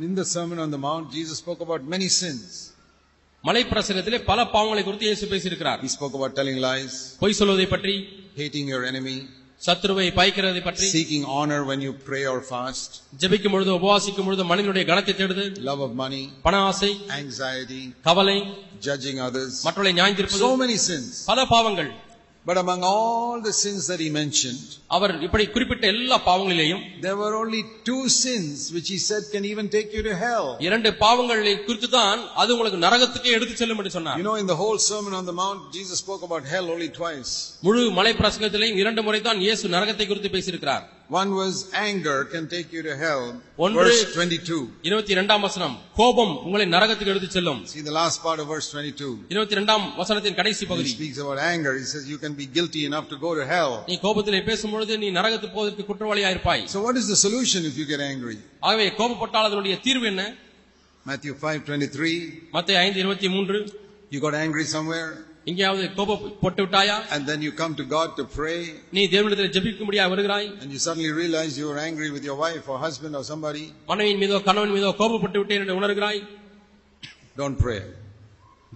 In the Sermon on the Mount, Jesus spoke about many sins. மலைப்பிரசங்கத்திலே பல பாவங்களை குறித்து இயேசு பேசியிருக்கிறார் He spoke about telling lies, பொய் சொல்வதை பற்றி hating your enemy, சத்துருவை பாய்க்கிறதை பற்றி seeking honor when you pray or fast, ஜெபிக்கும் பொழுது உபவாசிக்கும் பொழுது மனிதனுடைய கனத்தை தேடுது love of money, பண ஆசை anxiety, கவலை judging others. மற்றவர்களை நியாயந்திருப்பது So many sins. பல பாவங்கள் But among all the sins that he mentioned, அவர் இப்படி குறிப்பிட்ட எல்லா பாவங்களிலேயும் there were only two sins which he said can even take you to hell. இரண்டு பாவங்களை குறித்து தான் அது உங்களுக்கு நரகத்துக்கே எடுத்து செல்லும் என்று சொன்னார் You know, in the whole Sermon on the Mount, Jesus spoke about hell only twice. முழு மலை பிரசங்கத்திலையும் இரண்டு முறை தான் இயேசு நரகத்தை குறித்து பேசியிருக்கிறார் One was anger can take you to hell, ஒன்று- verse 22. இருபத்தி இரண்டாம் வசனம் கோபம் உங்களை நரகத்துக்கு எடுத்துச் செல்லும் See the last part of verse 22. இருபத்தி இரண்டாம் வசனத்தின் கடைசி He பகுதி speaks about anger. He says you can be guilty enough to go to hell. நீ கோபத்திலே பேசும்பொழுது நீ நரகத்து போவதற்கு குற்றவாளியா இருப்பாய் So what is the solution if you get angry? ஆகவே கோபப்பட்டால் அதனுடைய தீர்வு என்ன Matthew 5:23, மத்திய ஐந்து இருபத்தி மூன்று you got angry somewhere எங்கேயாவது கோபப்பட்டு விட்டாயா and then you come to God to pray நீ தேவனிடத்தில் ஜெபிக்கும்படியா வருகிறாய் and you suddenly realize you were angry with your wife or husband or somebody, மனைவியின் மீதோ கணவன் மீதோ கோபப்பட்டு விட்டேன் என்று உணர்கிறாய் don't pray.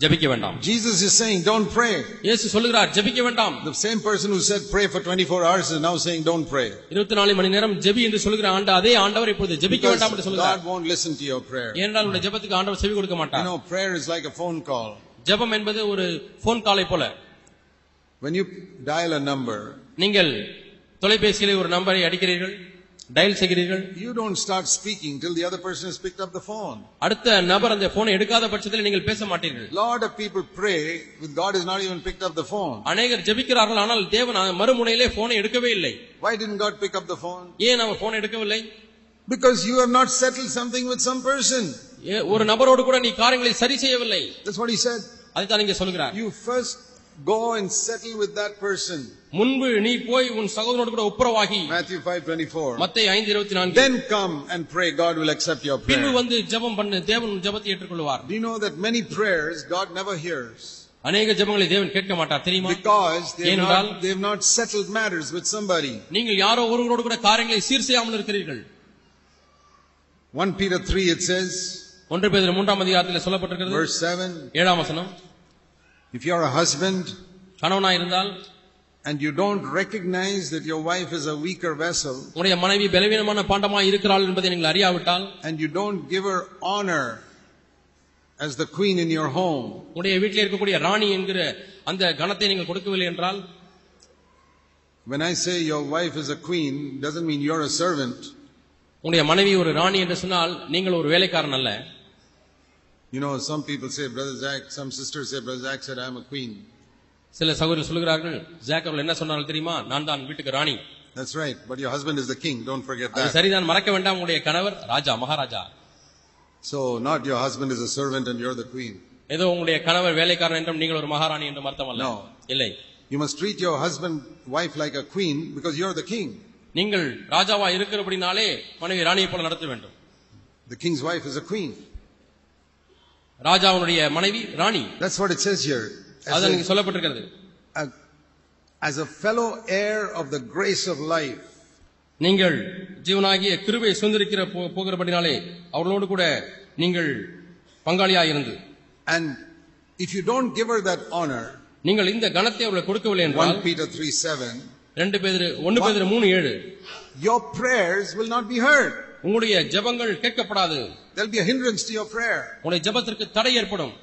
ஜெபிக்க வேண்டாம் Jesus is saying don't pray. இயேசு சொல்லுகிறார் ஜெபிக்க வேண்டாம் The same person who said pray for 24 hours is now saying don't pray. இருபத்தி நாலு மணி நேரம் ஜெபி என்று சொல்லுகிற ஆண்டு அதே ஆண்டவர் இப்பொழுது ஜெபிக்க Because வேண்டாம் என்று சொல்லுகிறார் God won't listen to your prayer. You ஏனென்றால் உடைய ஜெபத்துக்கு ஆண்டவர் செவி கொடுக்க மாட்டார் know, prayer is like a phone call. ஜெபம் என்பது ஒரு போன் காலை போல When you dial a number, நீங்கள் தொலைபேசியிலே ஒரு நம்பரை அடிக்கிறீர்கள் டயல் செய்கிறீர்கள் you don't start speaking till the other person has picked up the phone. அடுத்த நபர் அந்த போனை எடுக்காத பட்சத்தில் நீங்கள் பேச மாட்டீர்கள் Lot of people pray with God has not even picked up the phone. அநேகர் ஜெபிக்கிறார்கள் ஆனால் தேவன் அந்த மறுமுனையிலே போனை எடுக்கவே இல்லை Why didn't God pick up the phone? ஏன் அவர் போனை எடுக்கவில்லை Because you have not settled something with some person. ஏ- ஒரு நபரோடு கூட நீ காரியங்களை சரி செய்யவில்லை That's what he said. அதைத்தான் இங்கே சொல்கிறார் You first go and settle with that person. முன்பு நீ போய் உன் சகோதரனோடு கூட ஒப்புரவாகி Matthew 5:24. மத்தை ஐந்து இருபத்தி நான்கு Then come and pray God will accept your பின்பு prayer. வந்து ஜெபம் பண்ணு தேவன் உன் ஜெபத்தை ஏற்றுக்கொள்வார் Do you know that many prayers God never hears? அநேக ஜெபங்களை தேவன் கேட்க மாட்டார் தெரியுமா Because they've not, ஏனென்றால் they've not settled matters with somebody. நீங்கள் யாரோ ஒருவரோடு கூட காரியங்களை சீர் செய்யாமல் இருக்கிறீர்கள் 1 Peter 3 it says, ஒன்று பேர் மூன்றாம் அதிகாரத்தில் சொல்லப்பட்டிருக்கிறது verse 7, ஏழாம் வசனம் if you're a husband கணவனா இருந்தால் and you don't recognize that your wife is a weaker vessel, உங்களுடைய மனைவி பலவீனமான பாண்டமாய் இருக்கிறாள் என்பதை நீங்கள் அறியாவிட்டால் and you don't give her honor as the queen in your home, உங்களுடைய வீட்டில் இருக்கக்கூடிய ராணி என்கிற அந்த கணத்தை நீங்கள் கொடுக்கவில்லை என்றால் when I say your wife is a queen, doesn't mean you're a servant. உங்களுடைய மனைவி ஒரு ராணி என்று சொன்னால் நீங்கள் ஒரு வேலைக்காரன் அல்ல You know, some people say, Brother Zach, some sisters say, Brother Zach said, I'm a queen. சில சகோதரர் சொல்கிறார்கள் ஜாக் அவர்கள் என்ன சொன்னாலும் தெரியுமா நான் தான் வீட்டுக்கு ராணி That's right, but your husband is the king, don't forget அது that. சரிதான் மறக்க வேண்டாம் உங்களுடைய கணவர் ராஜா Maharaja So, not your husband is a servant and you're the queen. ஏதோ உங்களுடைய கணவர் வேலைக்காரன் என்றும் நீங்கள் ஒரு மகாராணி என்றும் அர்த்தம் அல்ல No. இல்லை You must treat your husband, wife like a queen because you're the king. நீங்கள் ராஜாவா இருக்கிறபடினாலே மனைவி ராணியை போல நடத்த வேண்டும் The king's wife is a queen. ராஜாவுடைய மனைவி ராணி That's what it says here. As அதான் a- இங்க சொல்லப்பட்டிருக்கிறது a- as a fellow heir of the grace of life, நீங்கள் ஜீவனாகிய கிருவை சுந்தரிக்கிற போகிறபடினாலே அவர்களோடு கூட நீங்கள் பங்காளியா இருந்து And if you don't give her that honor, நீங்கள் இந்த கணத்தை அவர்கள் கொடுக்கவில்லை என்றால் 1 Peter 3 7, ரெண்டு பேர் ஒன்னு பேர் மூணு ஏழு your prayers will not be heard. உங்களுடைய ஜெபங்கள் கேட்கப்படாது There'll be a hindrance to your prayer. உங்களுடைய ஜெபத்திற்கு தடை ஏற்படும்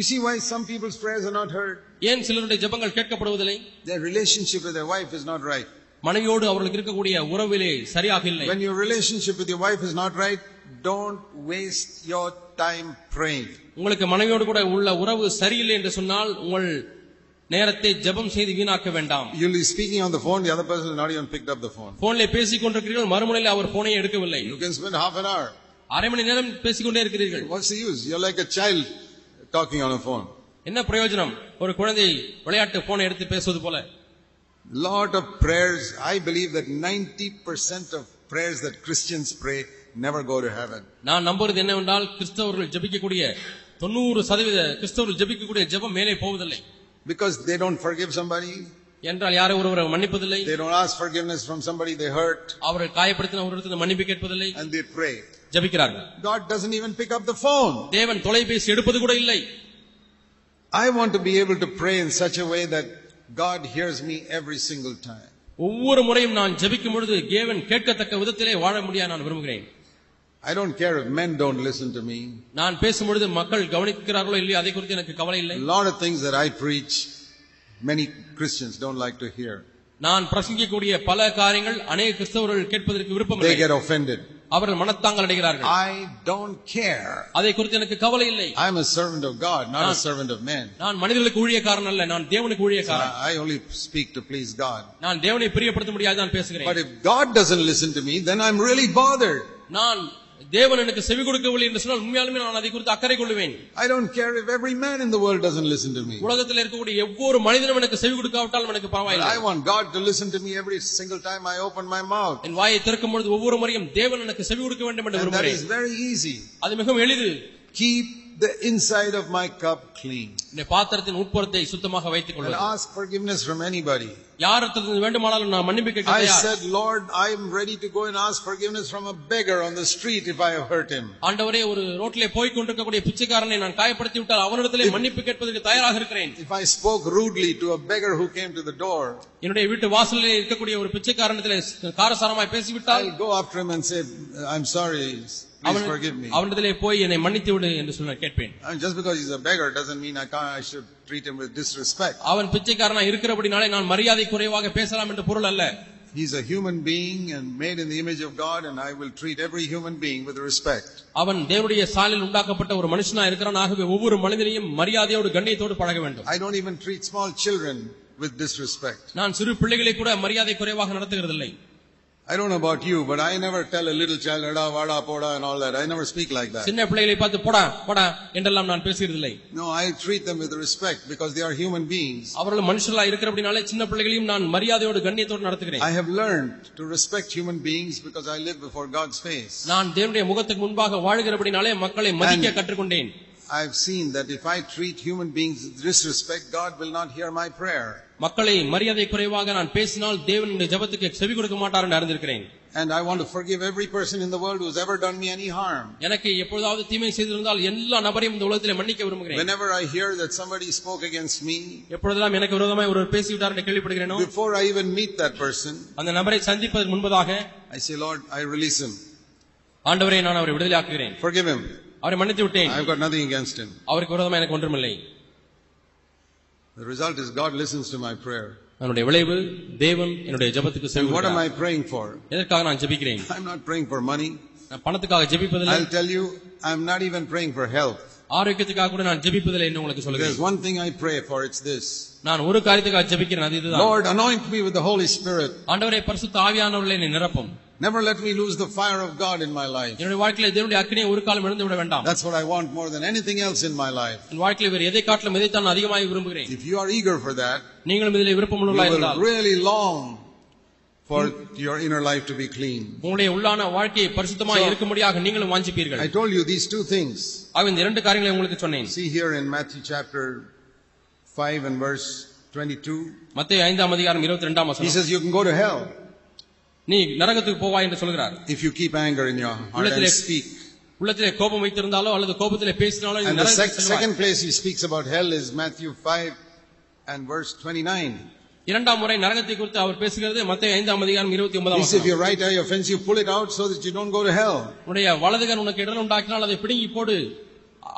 You see why some people's prayers are not heard? ஏன் சிலருடைய ஜெபங்கள் கேட்கப்படுவதில்லை Their relationship with their wife is not right. மனைவியோடு அவர்களுக்கு இருக்கக்கூடிய உறவிலே சரியாக இல்லை When your relationship with your wife is not right, don't waste your time praying. உங்களுக்கு மனைவியோடு கூட உள்ள உறவு சரியில்லை என்று சொன்னால் உங்கள் நேரத்தை ஜெபம் செய்து வீணாக்க வேண்டாம் You'll be speaking on the phone, the other person has not even picked up the phone. போன்ல பேசிக் கொண்டிருக்கிறீர்கள் மறுமுனையில் அவர் போனை எடுக்கவில்லை You can spend half an hour. அரை மணி நேரம் பேசிக்கொண்டே இருக்கிறீர்கள் What's the use? You're like a child talking on a phone. என்ன பிரயோஜனம் ஒரு குழந்தை விளையாட்டு போனை எடுத்து பேசுவது போல lot of prayers i believe that 90% of prayers that christians pray never go to heaven நான் நம்புறது என்னவென்றால் கிறிஸ்தவர்கள் ஜெபிக்கக்கூடிய தொண்ணூறு சதவீத கிறிஸ்தவர்கள் ஜெபிக்கக்கூடிய ஜெபம் மேலே போவதில்லை because they don't forgive somebody என்றால் யாரை ஒருவரை மன்னிப்பதில்லை They don't ask forgiveness from somebody they hurt அவர்கள் காயப்படுத்தின ஒருவரிடத்தில் மன்னிப்பு கேட்பதில்லை and they pray. ஜபிக்கிறார்கள் God doesn't even pick up the phone. தேவன் தொலைபேசி எடுப்பது கூட இல்லை I want to be able to pray in such a way that God hears me every single time. ஒவ்வொரு முறையும் நான் ஜெபிக்கும் பொழுது தேவன் கேட்கத்தக்க விதத்திலே வாழ முடிய நான் விரும்புகிறேன் I don't care if men don't listen to me. நான் பேசும் பொழுது மக்கள் கவனிக்கிறார்களோ இல்லையோ அதை குறித்து எனக்கு கவலை இல்லை A lot of things that I preach, many Christians don't like to hear. நான் பிரசங்கிக்கக்கூடிய பல காரியங்கள் அநேக கிறிஸ்தவர்கள் கேட்பதற்கு விருப்பம் They இல்லை get offended. அவர்கள் மனத்தாங்கள் அடைகிறார்கள் I don't care. அதை குறித்து எனக்கு கவலை இல்லை I'm a servant of God, not a servant of man. நான் மனிதர்களுக்கு ஊழியக்காரன் அல்ல நான் தேவனுக்கு ஊழியக்காரன் I I only speak to please God. நான் தேவனை பிரியப்படுத்த முடியாது நான் But பேசுகிறேன் if God doesn't listen to me, then I'm really bothered. நான் தேவன் எனக்கு செவி கொடுக்கவில்லை என்று சொன்னால் உண்மையாலுமே நான் அதை குறித்து அக்கறை கொள்வேன் I don't care if every man in the world doesn't listen to me. உலகத்தில் இருக்கக்கூடிய ஒவ்வொரு மனிதனும் எனக்கு செவி கொடுக்காவிட்டாலும் எனக்கு But பரவாயில்லை I want God to listen to me every single time I open my mouth. என் வாயை திறக்கும் பொழுது ஒவ்வொரு முறையும் தேவன் எனக்கு செவி கொடுக்க வேண்டும் என்று And that is விரும்புகிறேன் very easy. அது மிகவும் எளிது Keep the inside of my cup clean. இந்த பாத்திரத்தின் உட்புறத்தை சுத்தமாக வைத்துக் And கொள்வது ask forgiveness from anybody. யாரிடத்தில் வேண்டுமானாலும் நான் மன்னிப்பு கேட்க I தயார். said, Lord, I'm ready to go and ask forgiveness from a beggar on the street if I have hurt him. ஆண்டவரே ஒரு ரோட்டிலே போய் கொண்டிருக்கக்கூடிய பிச்சைக்காரனை நான் காயப்படுத்தி விட்டால் அவனிடத்திலே மன்னிப்பு கேட்பதற்கு தயாராக இருக்கிறேன் If I spoke rudely to a beggar who came to the door, என்னுடைய வீட்டு வாசலிலே இருக்கக்கூடிய ஒரு பிச்சைக்காரனத்திலே காரசாரமாய் பேசிவிட்டால் I'll go after him and say, uh, I'm sorry, please அவன் forgive me. அவனிடத்திலே போய் என்னை மன்னித்து விடு என்று சொல்ல கேட்பேன் And just because he's a beggar doesn't mean I can't, I should treat him with disrespect. அவன் பிச்சைக்காரனா இருக்கிறபடினாலே நான் மரியாதை குறைவாக பேசலாம் என்று பொருள் அல்ல He's a human being and made in the image of God and I will treat every human being with respect. அவன் தேவனுடைய சாலில் உண்டாக்கப்பட்ட ஒரு மனுஷனா இருக்கிறான் ஆகவே ஒவ்வொரு மனிதனையும் மரியாதையோடு கண்ணியத்தோடு பழக வேண்டும் I don't even treat small children with disrespect. நான் சிறு பிள்ளைகளை கூட மரியாதை குறைவாக நடத்துகிறதில்லை I don't know about you, but I never tell a little child, "Ada, vada, poda and all that. I never speak like that. சின்ன பிள்ளைகளை பார்த்து போடா போடா என்றெல்லாம் நான் பேசுகிறதில்லை No, I treat them with respect because they are human beings. அவர்கள் மனுஷர்களா இருக்கிறபடினாலே சின்ன பிள்ளைகளையும் நான் மரியாதையோடு கண்ணியத்தோடு நடத்துகிறேன் I have learned to respect human beings because I live before God's face. நான் தேவனுடைய முகத்துக்கு முன்பாக வாழ்கிறபடினாலே மக்களை மதிக்க கற்றுக்கொண்டேன் I've seen that if I treat human beings with disrespect, God will not hear my prayer. மக்களை மரியாதை குறைவாக நான் பேசினால் தேவன் இந்த ஜெபத்துக்கு செவி கொடுக்க மாட்டார் என்று அறிந்திருக்கிறேன் And I want to forgive every person in the world who's ever done me any harm. எனக்கு எப்பொழுதாவது தீமை செய்திருந்தால் எல்லா நபரையும் இந்த உலகத்திலே மன்னிக்க விரும்புகிறேன் Whenever I hear that somebody spoke against me, எப்பொழுதெல்லாம் எனக்கு விரோதமாய் ஒருவர் பேசிவிட்டார் என்று கேள்விப்படுகிறேனோ before I even meet that person, அந்த நபரை சந்திப்பதற்கு முன்பதாக I say, Lord, I release him. ஆண்டவரை நான் அவரை விடுதலையாக்குகிறேன் Forgive him. அவரை மன்னித்து விட்டேன் I've got nothing against him. அவருக்கு விரோதமா எனக்கு ஒன்றுமில்லை The result is God listens to my prayer. என்னுடைய விளைவு தேவன் என்னுடைய ஜெபத்துக்கு செவி And what am கொடுக்கிறார். I praying for? எதற்காக நான் ஜெபிக்கிறேன் I'm not praying for money. நான் பணத்துக்காக ஜெபிப்பதில்லை I'll tell you, I'm not even praying for health. ஆரோக்கியத்துக்காக கூட நான் ஜெபிப்பதில்லை என்று உங்களுக்கு There's சொல்லுகிறேன் one thing I pray for, it's this. நான் ஒரு காரியத்துக்காக ஜெபிக்கிறேன் அது இதுதான் Lord, anoint me with the Holy Spirit. ஆண்டவரை பரிசுத்த ஆவியானவர்களை நீ நிரப்பும் Never let me lose the fire of God in my life. என்னுடைய வாழ்க்கையில தேவனுடைய அக்கினியை ஒரு காலம் இழந்து விட வேண்டாம் That's what I want more than anything else in my life. என் வாழ்க்கையில வேறு எதை காட்டிலும் எதை தான் அதிகமாக விரும்புகிறேன் If you are eager for that, நீங்களும் இதில் விருப்பம் you உள்ளவர்களா will இருந்தால் really long for your inner life to be clean. உங்களுடைய உள்ளான வாழ்க்கையை பரிசுத்தமாக So- இருக்கும்படியாக நீங்களும் I வாஞ்சிப்பீர்கள் told you these two things. ஆக இந்த இரண்டு காரியங்களை உங்களுக்கு சொன்னேன் See here in Matthew chapter 5 and verse 22, மத்திய ஐந்தாம் அதிகாரம் இருபத்தி ரெண்டாம் he வசனம் says you can go to hell நீ நரகத்துக்கு போவாய் என்று சொல்கிறார் if you keep anger in your heart and உள்ளத்திலே- speak. உள்ளத்திலே கோபம் வைத்திருந்தாலோ அல்லது கோபத்திலே பேசினாலோ நீ And the sec- நரகத்துக்கு செல்வாய். second place he speaks about hell is Matthew 5 and verse 29. இரண்டாம் முறை நரகத்தை குறித்து அவர் பேசுகிறது மத்திய ஐந்தாம் அதிகாரம் இருபத்தி ஒன்பதாம் He says, if வசனம் your right eye offends you, pull it out so that you don't go to hell. உன்னுடைய வலதுகன் உனக்கு இடல் உண்டாக்கினால் அதை பிடுங்கி போடு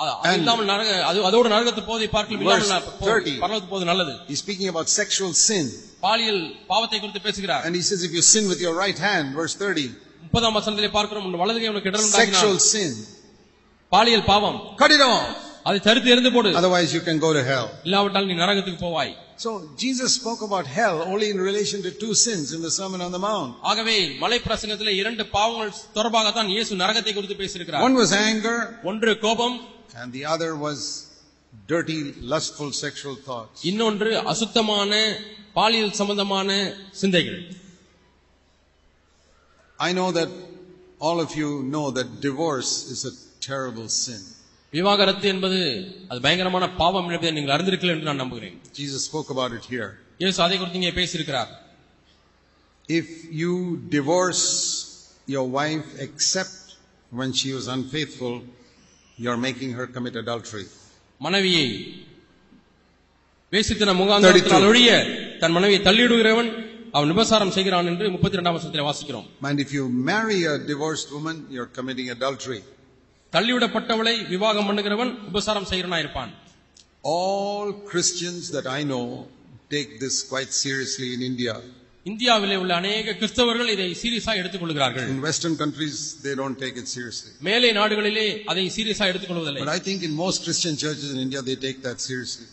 அ- அது And- இல்லாமல் நரக அது- அதோடு நரகத்து போதை பார்க்கலாம் இல்லாமல் Verse நான் போ- 30. பரலோகத்து போவது நல்லது He's speaking about sexual sin. பாலியல் பாவத்தை குறித்து பேசுகிறார் And he says, if you sin with your right hand, verse 30, முப்பதாம் வசனத்திலே பார்க்கிறோம் உன் வலதுகை உனக்கு இடல் sexual உண்டாக்கினால் sin, பாலியல் பாவம் cut it off. அதை தடுத்து எறிந்து போடு Otherwise, you can go to hell. இல்லாவிட்டால் நீ நரகத்துக்கு போவாய் So, Jesus spoke about hell only in relation to two sins in the Sermon on the Mount. ஆகவே மலை பிரசங்கத்திலே இரண்டு பாவங்கள் தொடர்பாகத்தான் இயேசு நரகத்தை குறித்து பேசியிருக்கிறார் One was anger, ஒன்று கோபம் and the other was dirty, lustful sexual thoughts. இன்னொன்று அசுத்தமான பாலியல் சம்பந்தமான சிந்தைகள் I know that all of you know that divorce is a terrible sin. விவாகரத்து என்பது அது பயங்கரமான பாவம் என்பதை நீங்கள் அறிந்திருக்கீர்கள் என்று நான் நம்புகிறேன் Jesus spoke about it here. இயேசு அதை குறித்து இங்கே பேசியிருக்கிறார் If you divorce your wife except when she was unfaithful, you're making her commit adultery. மனைவியை வேசித்தன முகாந்திரத்தினால் ஒழிய தன் மனைவியை தள்ளிடுகிறவன் அவன் விபசாரம் செய்கிறான் என்று முப்பத்தி இரண்டாம் வருஷத்தில் வாசிக்கிறோம் And if you marry a divorced woman, you're committing adultery. தள்ளிவிடப்பட்டவளை விவாகம் பண்ணுகிறவன் உபசாரம் செய்கிறனா இருப்பான் All Christians that I know take this quite seriously in India. இந்தியாவிலே உள்ள அநேக கிறிஸ்தவர்கள் இதை சீரியஸா எடுத்துக்கொள்கிறார்கள் In Western countries, they don't take it seriously. மேலை நாடுகளிலே அதை சீரியஸா எடுத்துக்கொள்வதில்லை But I think in most Christian churches in India, they take that seriously.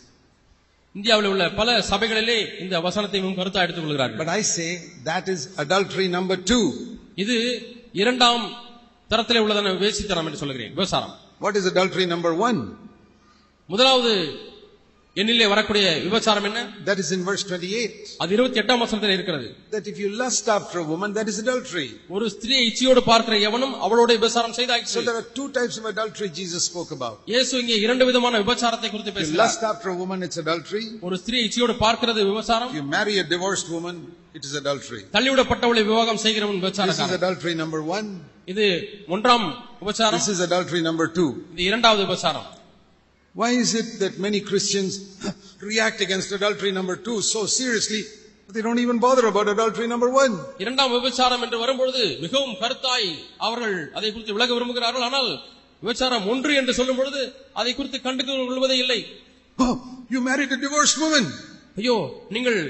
இந்தியாவில் உள்ள பல சபைகளிலே இந்த வசனத்தை மிகவும் கருத்தா எடுத்துக்கொள்கிறார்கள் But I say that is adultery number two. இது இரண்டாம் தரத்திலே உள்ளதான வேசித்தனம் என்று சொல்கிறேன் விபசாரம் What is adultery number one? முதலாவது எண்ணிலே வரக்கூடிய விபசாரம் என்ன That is in verse 28. அது இருபத்தி எட்டாம் வசனத்தில் இருக்கிறது That if you lust after a woman, that is adultery. ஒரு ஸ்திரியை இச்சையோடு பார்க்கிற எவனும் அவளோட விபசாரம் So செய்தாயிற்று there are two types of adultery Jesus spoke about. இயேசு இங்கே இரண்டு விதமான விபச்சாரத்தை குறித்து If you பேசுகிறார் lust after a woman, it's adultery. ஒரு ஸ்திரியை இச்சையோடு பார்க்கிறது விபச்சாரம் If you marry a divorced woman, it is adultery. தள்ளிவிடப்பட்டவளை விவாகம் செய்கிறவன் This is விபச்சாரம் adultery number one. இது ஒன்றாம் விபச்சாரம் This is adultery number two. இது இரண்டாவது விபச்சாரம் Why is it that many Christians react against adultery number two so seriously that they don't even bother about adultery number one? இரண்டாம் விபச்சாரம் என்று வரும்பொழுது மிகவும் கருத்தாய் அவர்கள் அதை குறித்து விலக விரும்புகிறார்கள் ஆனால் விபச்சாரம் ஒன்று என்று சொல்லும் பொழுது அதை குறித்து கண்டுக்கு கொள்வதே இல்லை Oh, you married a divorced woman. ஐயோ நீங்கள்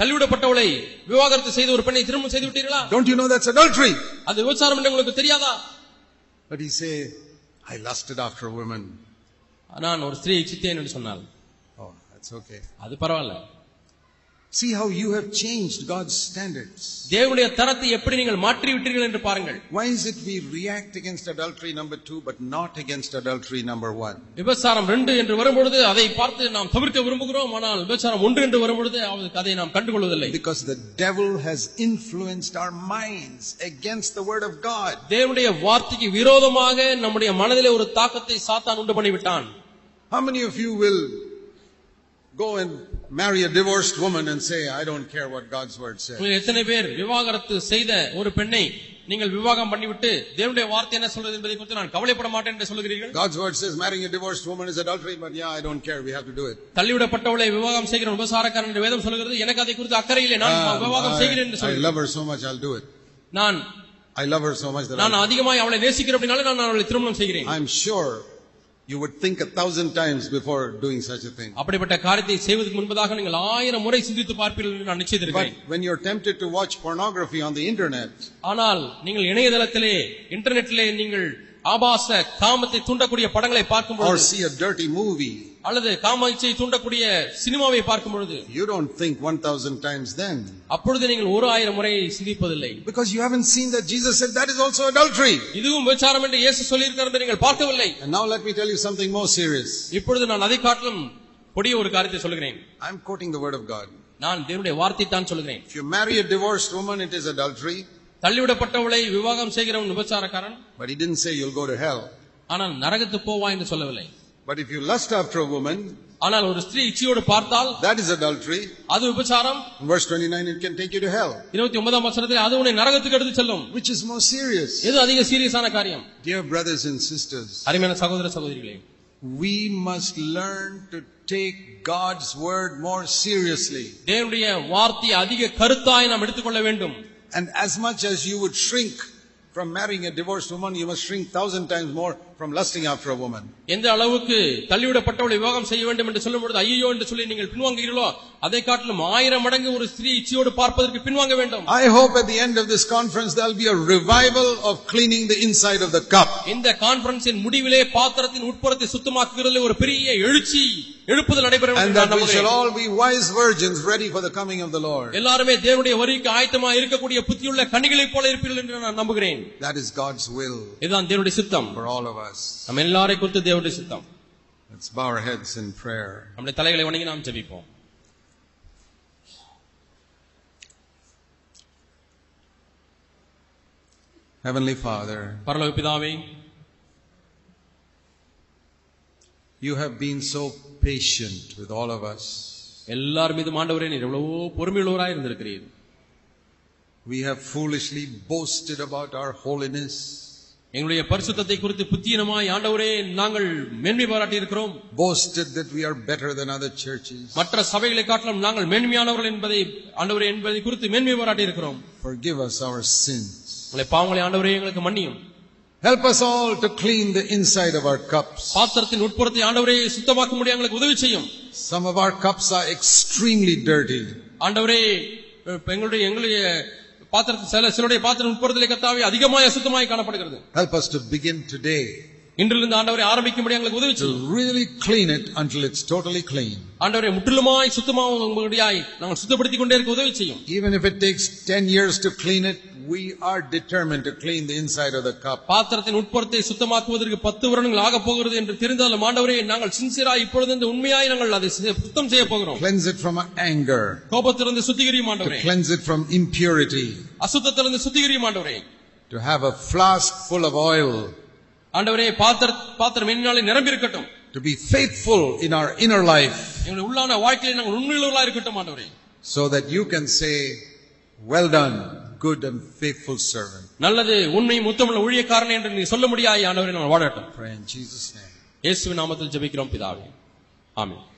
தள்ளிவிடப்பட்டவளை விவாகரத்து செய்து ஒரு பெண்ணை திருமணம் செய்து விட்டீர்களா Don't you know that's adultery? அது விபச்சாரம் என்று உங்களுக்கு தெரியாதா But he say, I lusted after a woman. நான் ஒரு ஸ்திரீ இச்சித்தேன் என்று சொன்னால் Oh, that's okay. அது பரவாயில்ல See how you have changed God's standards. தேவனுடைய தரத்தை எப்படி நீங்கள் மாற்றி விட்டீர்கள் என்று பாருங்கள் Why is it we react against adultery number two but not against adultery number one? விபச்சாரம் ரெண்டு என்று வரும்பொழுது அதை பார்த்து நாம் தவிர்க்க விரும்புகிறோம் ஆனால் விபச்சாரம் ஒன்று என்று வரும்பொழுது அவ- அதை நாம் கண்டுகொள்வதில்லை Because the devil has influenced our minds against the word of God. தேவனுடைய வார்த்தைக்கு விரோதமாக நம்முடைய மனதிலே ஒரு தாக்கத்தை சாத்தான் உண்டு பண்ணிவிட்டான் How many of you will go and marry a divorced woman and say, I don't care what God's word says? உங்களில் எத்தனை பேர் விவாகரத்து செய்த ஒரு பெண்ணை நீங்கள் விவாகம் பண்ணிவிட்டு தேவனுடைய வார்த்தை என்ன சொல்றது என்பதை குறித்து நான் கவலைப்பட மாட்டேன் என்று சொல்கிறீர்கள் God's word says marrying a divorced woman is adultery, but yeah, I don't care. We have to do it. தள்ளிவிடப்பட்டவளை விவாகம் செய்கிற விபசாரக்காரன் என்று வேதம் சொல்கிறது எனக்கு அதை குறித்து அக்கறையிலே நான் Um, விவாகம் செய்கிறேன் I, என்று I சொல்கிறேன் love her so much, I'll do it. நான் I love her so much that நான் I'll, அதிகமாய் அவளை நேசிக்கிறேன் அப்படினால நான் அவளை திருமணம் செய்கிறேன் I'm sure you would think a thousand times before doing such a thing. அப்படிப்பட்ட காரியத்தை செய்வதற்கு முன்பதாக நீங்கள் ஆயிரம் முறை சிந்தித்து பார்ப்பீர்கள் என்று நான் But நிச்சயத்திருக்கிறேன் when you're tempted to watch pornography on the internet, ஆனால் நீங்கள் இணையதளத்திலே இன்டர்நெட்டிலே நீங்கள் ஆபாச காமத்தை தூண்டக்கூடிய படங்களை பார்க்கும் or பொழுது see a dirty movie, அல்லது காம இச்சையை தூண்டக்கூடிய சினிமாவை பார்க்கும் பொழுது you don't think 1,000 times then. அப்பொழுது நீங்கள் ஒரு ஆயிரம் முறை சிந்திப்பதில்லை Because you haven't seen that Jesus said that is also adultery. இதுவும் விபச்சாரம் என்று இயேசு சொல்லியிருக்கிறார் என்று நீங்கள் பார்க்கவில்லை And now let me tell you something more serious. இப்பொழுது நான் அதை காட்டிலும் கொடிய ஒரு காரியத்தை சொல்கிறேன் I'm quoting the word of God. நான் தேவனுடைய வார்த்தை தான் சொல்கிறேன் If you marry a divorced woman, it is adultery. தள்ளிவிடப்பட்டவளை விவாகம் செய்கிறவன் விபச்சாரக்காரன் But he didn't say you'll go to hell. ஆனால் நரகத்து போவா என்று சொல்லவில்லை But if you lust after a woman, ஆனால் ஒரு ஸ்திரீ இச்சையோடு பார்த்தால் that is adultery. அது விபச்சாரம் In verse 29, it can take you to hell. இருபத்தி ஒன்பதாம் வசனத்தில் அது உன்னை நரகத்துக்கு எடுத்து செல்லும் Which is more serious? எது அதிக சீரியஸான காரியம் Dear brothers and sisters, அருமையான சகோதர சகோதரிகளே We must learn to take God's word more seriously. தேவனுடைய வார்த்தையை அதிக கருத்தாய் நாம் எடுத்துக்கொள்ள வேண்டும் And as much as you would shrink from marrying a divorced woman, you must shrink thousand times more from lusting after a woman. எந்த அளவுக்கு தள்ளிவிடப்பட்டவளை விவாகம் செய்ய வேண்டும் என்று சொல்லும் பொழுது ஐயோ என்று சொல்லி நீங்கள் பின்வாங்குகிறீர்களோ அதை காட்டிலும் ஆயிரம் மடங்கு ஒரு ஸ்திரீ இச்சையோடு பார்ப்பதற்கு பின்வாங்க வேண்டும் I hope at the end of this conference there'll be a revival of cleaning the inside of the cup. இந்த கான்பரன்ஸின் முடிவிலே பாத்திரத்தின் உட்புறத்தை சுத்தமாக்குகிறதுல ஒரு பெரிய எழுச்சி எழுப்புதல் நடைபெறும் And என்று நான் that we shall நம்புகிறேன். all be wise virgins ready for the coming of the Lord. எல்லாருமே தேவனுடைய வரிக்கு ஆயத்தமா இருக்கக்கூடிய புத்தியுள்ள கனிகளைப் போல இருப்பீர்கள் என்று நான் நம்புகிறேன் That is God's will இதுதான் தேவனுடைய சித்தம் for all of us. நம்ம எல்லாரை குறித்து தேவனுடைய சித்தம் Let's bow our heads in prayer. நம்முடைய தலைகளை வணங்கி நாம் ஜெபிப்போம் Heavenly Father, பரலோக பிதாவே you have been so patient with all of us. எல்லார் மீதும் ஆண்டவரே நீர் எவ்வளவோ பொறுமையுள்ளவராய் இருந்திருக்கிறீர் We have foolishly boasted about our holiness, எங்களுடைய பரிசுத்தத்தை குறித்து புத்தீனமாய் ஆண்டவரே நாங்கள் மேன்மை பாராட்டி இருக்கிறோம் boasted that we are better than other churches. மற்ற சபைகளை காட்டிலும் நாங்கள் மேன்மையானவர்கள் என்பதை ஆண்டவரே என்பதை குறித்து மேன்மை பாராட்டி இருக்கிறோம் Forgive us our sins. உங்களை பாவங்களை ஆண்டவரே எங்களுக்கு மன்னியும் Help us all to clean the inside of our cups. பாத்திரத்தின் உட்புறத்தை ஆண்டவரே சுத்தமாக்க முடிய எங்களுக்கு உதவி செய்யும் Some of our cups are extremely dirty. ஆண்டவரே இப்ப எங்களுடைய எங்களுடைய பாத்திரத்து சில சிலருடைய பாத்திரம் உட்புறத்திலே கத்தாவே அதிகமாய் அசுத்தமாய் காணப்படுகிறது Help us to begin today இன்றிலிருந்து ஆண்டவரை ஆரம்பிக்கும்படி எங்களுக்கு உதவி செய்யும் to really clean it until it's totally clean. ஆண்டவரை முற்றிலுமாய் சுத்தமாக உங்களுடையாய் நாங்கள் சுத்தப்படுத்திக் கொண்டே இருக்க உதவி செய்யும் Even if it takes 10 years to clean it, we are determined to clean the inside of the cup. பாத்திரத்தின் உட்புறத்தை சுத்தமாக்குவதற்கு பத்து வருடங்கள் ஆகப் போகிறது என்று தெரிந்தாலும் ஆண்டவரே நாங்கள் சின்சியரா இப்பொழுது இந்த உண்மையாய் நாங்கள் அதை செய்ய- சுத்தம் செய்ய போகிறோம் Cleanse it from anger, கோபத்திலிருந்து சுத்திகரியும் ஆண்டவரே cleanse it from impurity, அசுத்தத்திலிருந்து சுத்திகரியும் ஆண்டவரே to have a flask full of oil, ஆண்டவரே பாத்திர பாத்திரம் என்னாலே நிரம்பி இருக்கட்டும் to be faithful in our inner life, எங்களுடைய உள்ளான வாழ்க்கையில நாங்கள் உண்மையுள்ளவர்களா இருக்கட்டும் ஆண்டவரே so that you can say, Well done, good and faithful servant. நல்லது உண்மையும் உத்தமுள்ள ஊழியக்காரன் என்று நீ சொல்ல முடியாய் ஆண்டவரே நாங்கள் வாழட்டும் Pray in Jesus' name. இயேசுவின் நாமத்தில் ஜெபிக்கிறோம் பிதாவே ஆமென்